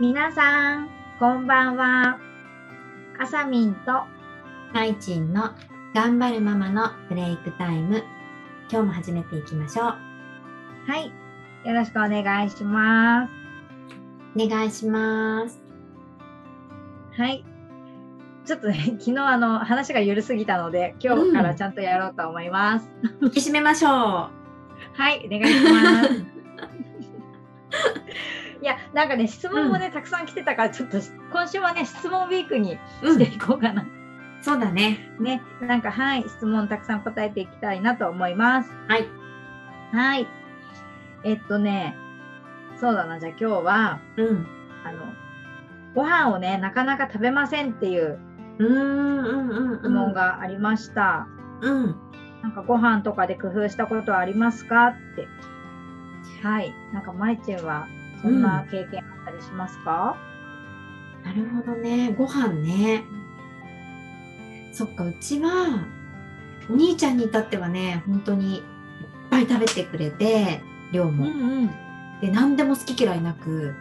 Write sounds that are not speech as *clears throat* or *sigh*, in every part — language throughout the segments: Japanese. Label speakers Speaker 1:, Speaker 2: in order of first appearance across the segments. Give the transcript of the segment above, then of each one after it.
Speaker 1: 皆さん、こんばんは。あさみんと、
Speaker 2: まいちんの頑張るママのブレイクタイム。今日も始めていきましょう。
Speaker 1: はい、よろしくお願いします。
Speaker 2: お願いします。
Speaker 1: はい。ちょっとね、 *laughs* 昨日あの、話が緩すぎたので、今日からちゃんとやろうと思います。
Speaker 2: 引き締めましょ。
Speaker 1: はい、お願いうします。 *laughs* いや、なんかね、質問もね、たくさん来てたから、ちょっと、今週はね、質問ウィークに
Speaker 2: う
Speaker 1: して
Speaker 2: ん、
Speaker 1: いこうかな。
Speaker 2: そうだね。
Speaker 1: ね、なんか、はい、質問たくさん答えていきたいなと思います。
Speaker 2: はい。
Speaker 1: はい。えっとね、そうだな、じゃあ今日は、
Speaker 2: うん。
Speaker 1: あの、ご飯をね、なかなか食べませんっていう
Speaker 2: うーん、うん、うん、うん。
Speaker 1: 質問。がありました。
Speaker 2: うん。
Speaker 1: なんかご飯とかで工夫したことはありますかって。はい。なんか、まいちんは、そんな経験あったりしますか、
Speaker 2: なるほどね。ご飯ね。そっか、うちは、お兄ちゃんに至ってはね、本当にいっぱい食べてくれて、量も。
Speaker 1: うん
Speaker 2: で、何でも好き嫌いなく、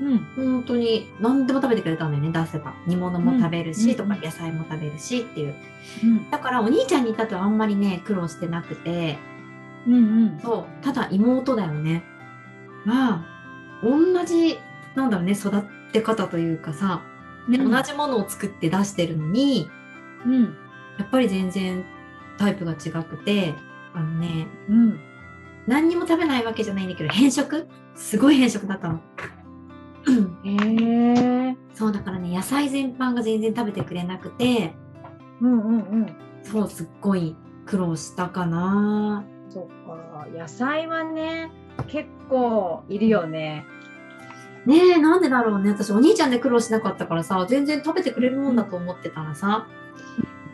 Speaker 1: うん。うん。
Speaker 2: 本当に何でも食べてくれたんだよね、出せば。煮物も食べる
Speaker 1: うんう
Speaker 2: し、
Speaker 1: ん
Speaker 2: とか野菜も食べるしっていう。
Speaker 1: うん。
Speaker 2: だからお兄ちゃんに至ってはあんまりね、苦労してなくて、
Speaker 1: うんうん。
Speaker 2: そう、ただ妹だよね。まあ、同じ、なんだろうね、育って方というかさ、ね、
Speaker 1: うん
Speaker 2: 同じものを作って出してるのに、
Speaker 1: うん。
Speaker 2: やっぱり全然タイプが違くて、あのね、
Speaker 1: うん。
Speaker 2: 何にも食べないわけじゃないんだけど、変色すごい変色だったの。 *clears throat* うん
Speaker 1: へえ。
Speaker 2: そう、だからね、野菜全般が全然食べてくれなくて、
Speaker 1: うんうんうん。
Speaker 2: そう、すっごい苦労したかな。
Speaker 1: そっか。野菜はね、結構いるよね。
Speaker 2: ねえ、なんでだろうね。私、お兄ちゃんで苦労しなかったからさ、全然食べてくれるもんだと思ってたらさ、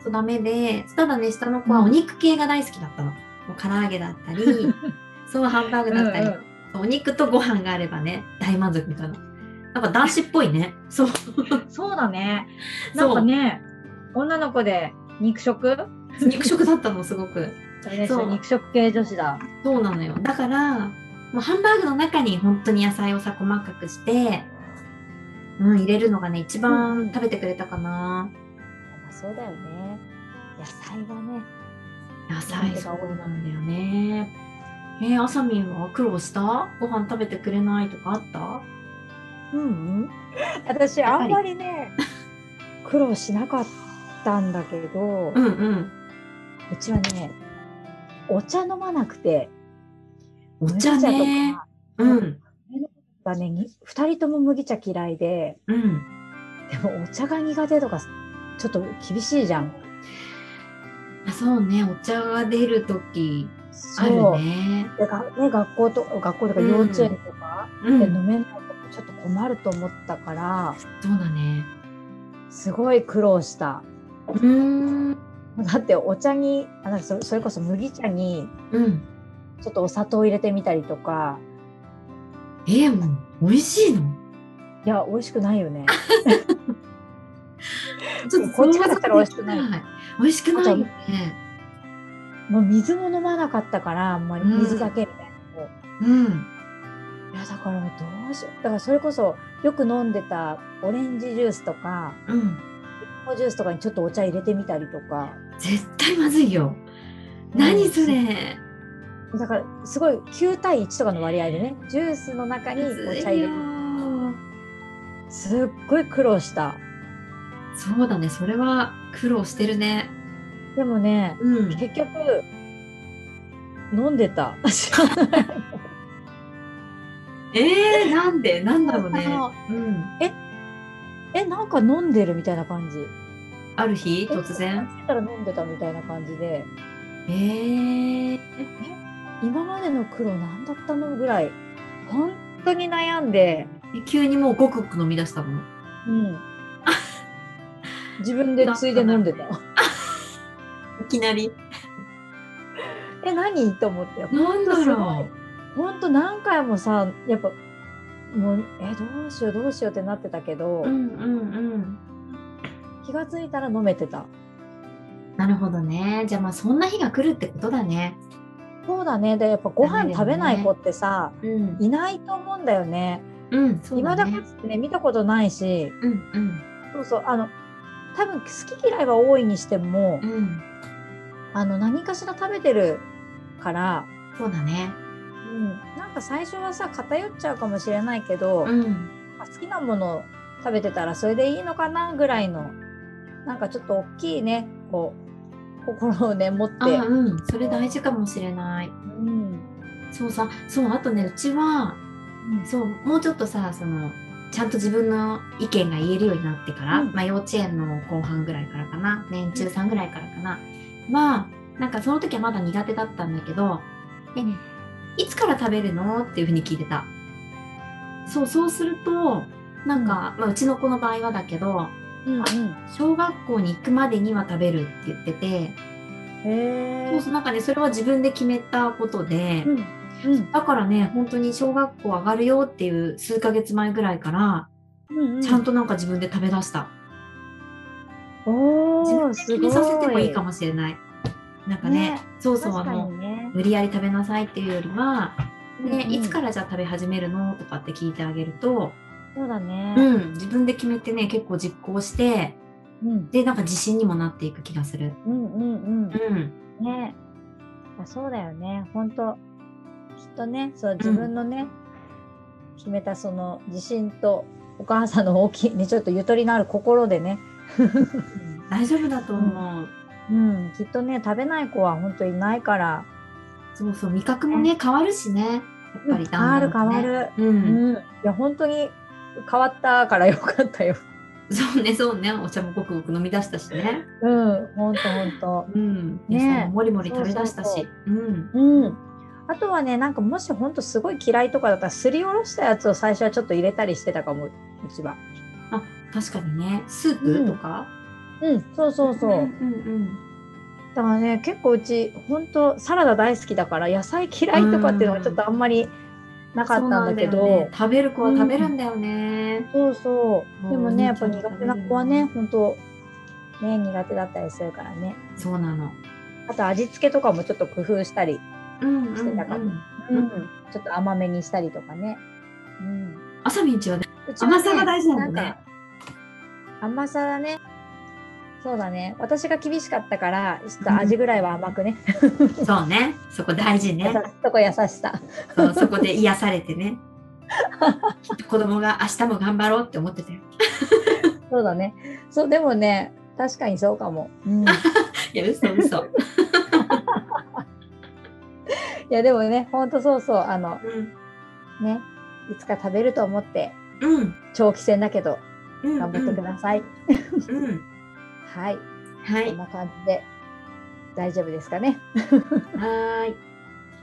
Speaker 2: そうダメで、ただね、下の子はお肉系が大好きだったの。もう唐揚げだったり、 *laughs* そう、ハンバーグだったり、お肉とご飯があればね、大満足みたいな。なんか男子っぽいね。そう。
Speaker 1: うんそうだね。
Speaker 2: そ
Speaker 1: な
Speaker 2: うん
Speaker 1: かね、女の子で肉食
Speaker 2: 肉食だったの、すごく。
Speaker 1: それでしょ
Speaker 2: そう
Speaker 1: 肉食系女子だ。
Speaker 2: そうなのよ。だから、もうハンバーグの中に本当に野菜をさ、細かくして、うん、入れるのがね、一番食べてくれたかな。
Speaker 1: そうだよね。野菜はね。
Speaker 2: 野菜そうなんだよね。えー、あさみんは苦労したご飯食べてくれないとかあった
Speaker 3: うんうん、私
Speaker 2: やっ
Speaker 3: あ
Speaker 2: ぱ
Speaker 3: ん
Speaker 2: り
Speaker 3: まりね苦労しなかったんだけど、
Speaker 2: うんうん。
Speaker 3: うちはねお茶飲まなくて
Speaker 2: お茶ね。うん。
Speaker 3: がねに二人とも麦茶嫌いで
Speaker 2: うん。
Speaker 3: でもお茶が苦手とかちょっと厳しいじゃん。
Speaker 2: あそうね。お茶が出るときある
Speaker 3: そう
Speaker 2: ね。
Speaker 3: でがね、学校と学校とか
Speaker 2: うん
Speaker 3: 幼稚園とか
Speaker 2: う
Speaker 3: で
Speaker 2: ん。
Speaker 3: 飲めないとちょっと困ると思ったから、
Speaker 2: そうだね。
Speaker 3: すごい苦労した。
Speaker 2: うーん。
Speaker 3: だってお茶にあなんかそそれこそ麦茶に
Speaker 2: うん。
Speaker 3: ちょっとお砂糖入れてみたりとか
Speaker 2: えー、もう、美味しいの
Speaker 3: いや美味しくないよ
Speaker 2: *laughs*
Speaker 3: ね。
Speaker 2: ちょっと
Speaker 3: こっちからしたら美味しくない
Speaker 2: い。美味しくないよね。
Speaker 3: もう水も飲まなかったからあんまり
Speaker 2: うん
Speaker 3: 水だけみたい
Speaker 2: うん。
Speaker 3: な、いやだからもうどうしようだからそれこそよく飲んでたオレンジジュースとか
Speaker 2: うん。
Speaker 3: リンゴジュースとかにちょっとお茶入れてみたりとか
Speaker 2: 絶対まずいよ。何それ。
Speaker 3: だからすごい9対1とかの割合でねジュースの中にお
Speaker 2: まずい
Speaker 3: 茶入れ
Speaker 2: よ
Speaker 3: る。すっごい苦労した
Speaker 2: そうだね。それは苦労してるね。
Speaker 3: でもね
Speaker 2: うん
Speaker 3: 結局飲んで
Speaker 2: *laughs*
Speaker 3: た
Speaker 2: えー、なんでなんだろうね
Speaker 3: *laughs* あ。
Speaker 2: うん。
Speaker 3: えなんか飲んでるみたいな感じ
Speaker 2: ある日、
Speaker 3: え
Speaker 2: 突然。
Speaker 3: 気づいたら飲んでたみたいな感じで
Speaker 2: えー、
Speaker 3: 今までの苦労何だったのぐらい本当に悩んで、
Speaker 2: 急にもうごくごく飲み出したの。
Speaker 3: うん、 *laughs* 自分でついで飲んでた
Speaker 2: いきなり。
Speaker 3: え何と思って
Speaker 2: なんだ
Speaker 3: す
Speaker 2: ろ
Speaker 3: ご本当何回もさやっぱもうえどうしようどうしようってなってたけど、
Speaker 2: う。うんうんうん。
Speaker 3: 気がついたら飲めてた
Speaker 2: なるほどね。じゃあまあそんな日が来るってことだね。
Speaker 3: そうだねでやっぱご飯
Speaker 2: ダメだよ
Speaker 3: 食
Speaker 2: ね
Speaker 3: べない子ってさ
Speaker 2: うん。
Speaker 3: いないと思うんだよね
Speaker 2: ううん、そう
Speaker 3: 今だ
Speaker 2: ね
Speaker 3: かつってね見たことないし
Speaker 2: うんうん
Speaker 3: そうそうあの多分好き嫌いは多いにしても、
Speaker 2: うん
Speaker 3: あの何かしら食べてるから、
Speaker 2: そうだね
Speaker 3: うん、なんか最初はさ偏っちゃうかもしれないけど、
Speaker 2: うん
Speaker 3: まあ好きなものを食べてたらそれでいいのかなぐらいのなんかちょっと大きいねこう心をね持って、
Speaker 2: あうんそれ大事かもしれない
Speaker 3: うん
Speaker 2: そうさそうあとねうちはそうもうちょっとさそのちゃんと自分の意見が言えるようになってから、
Speaker 3: うん
Speaker 2: まあ、幼稚園の後半ぐらいからかな年中さんぐらいからかな、まあなんかその時はまだ苦手だったんだけど「え
Speaker 3: うん
Speaker 2: いつから食べるの?」っていうふうに聞いてたそうそうするとなんか、うまあ、うちの子の場合はだけど
Speaker 3: うんうん
Speaker 2: 小学校に行くまでには食べるって言ってて、
Speaker 3: へ
Speaker 2: そうそうなんかねそれは自分で決めたことで、
Speaker 3: うんうん
Speaker 2: だからね本当に小学校上がるよっていう数ヶ月前ぐらいから
Speaker 3: うんう
Speaker 2: ちゃん
Speaker 3: と
Speaker 2: となんか自分で食べ出した。
Speaker 3: お
Speaker 2: 自分
Speaker 3: ー
Speaker 2: です
Speaker 3: ご
Speaker 2: 決
Speaker 3: い
Speaker 2: めさせてもいいかもしれない。なんかね、
Speaker 3: ね
Speaker 2: そうそう
Speaker 3: 確か
Speaker 2: あの
Speaker 3: にね
Speaker 2: 無理やり食べなさいっていうよりは、ね
Speaker 3: うんうん
Speaker 2: いつからじゃあ食べ始めるのとかって聞いてあげると、
Speaker 3: そうだね
Speaker 2: うん、自分で決めてね結構実行して
Speaker 3: うん
Speaker 2: でなんか自信にもなっていく気がする。
Speaker 3: うんうんうん
Speaker 2: うん、
Speaker 3: ねあそうだよね本当きっとねそう自分のね、決めたその自信とお母さんの大きいねちょっとゆとりのある心でね、
Speaker 2: 大丈夫だと思う。
Speaker 3: うん、きっとね食べない子は本当いないから
Speaker 2: そうそう味覚もね変わるしね。やっぱり
Speaker 3: 変わる
Speaker 2: だんだ
Speaker 3: 変
Speaker 2: んと
Speaker 3: わ
Speaker 2: ね
Speaker 3: る、
Speaker 2: うん、
Speaker 3: うん、いや本当に変わったからよかったよ。
Speaker 2: そうねそうねお茶もごくごく飲み出したしね。
Speaker 3: うん、本当本当。
Speaker 2: うん、
Speaker 3: ね
Speaker 2: 野菜ももりもり食べ出した
Speaker 3: そう
Speaker 2: し
Speaker 3: そ。
Speaker 2: うん
Speaker 3: うん。あとはね、なんかもし本当すごい嫌いとかだったら、すりおろしたやつを最初はちょっと入れたりしてたかも、うちは。
Speaker 2: 確かにねスープとか。
Speaker 3: うん、そうそうそう。
Speaker 2: んうん
Speaker 3: だからね結構うち本当サラダ大好きだから野菜嫌いとかっていうのはちょっとあんまりなかったんだけど、
Speaker 2: そうなんだよね食べる子は食べるんだよね、
Speaker 3: そうそうでもねやっぱ苦手な子はね
Speaker 2: うん
Speaker 3: 本当ね苦手だったりするからね
Speaker 2: そうなの
Speaker 3: あと味付けとかもちょっと工夫したり、
Speaker 2: うんうん、う
Speaker 3: してたかも
Speaker 2: ん、
Speaker 3: うんちょっと甘めにしたりとかね、うん、
Speaker 2: あさみんちはね
Speaker 3: うちはね
Speaker 2: 甘さが大事なん
Speaker 3: な
Speaker 2: だね
Speaker 3: んか甘さだねそうだね私が厳しかったからちょっと味ぐらいは甘くね、
Speaker 2: そうねそこ大事
Speaker 3: 優し
Speaker 2: ね
Speaker 3: そこ優しさ
Speaker 2: そうそこで癒されてねきっと子供が明日も頑張ろうって思ってたよ
Speaker 3: そうだねそうでもね確かにそうかも、
Speaker 2: *laughs*
Speaker 3: うん
Speaker 2: いや嘘嘘、
Speaker 3: いやでもね、ほんとそうそう、あの
Speaker 2: うん
Speaker 3: ね、いつか食べると思って、
Speaker 2: うん
Speaker 3: 長期戦だけど
Speaker 2: うん、
Speaker 3: 頑張ってください。
Speaker 2: うん、うん、
Speaker 3: はい、
Speaker 2: は
Speaker 3: こ
Speaker 2: い
Speaker 3: んな感じで大丈夫ですかね。
Speaker 2: はーい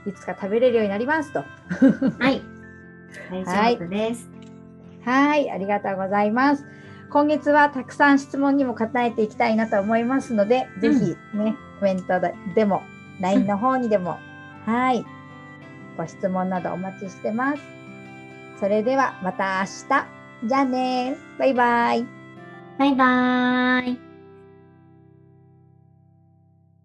Speaker 3: いつか食べれるようになりますと。は
Speaker 2: はい大丈夫です、
Speaker 3: ーい、ありがとうございます。今月はたくさん質問にも答えていきたいなと思いますので、
Speaker 2: うん
Speaker 3: ぜひね、コメントででも、LINE の方にでも、はい、ご質問などお待ちしてます。それではまた明日。じゃあねバイバイ。
Speaker 2: バイバーイ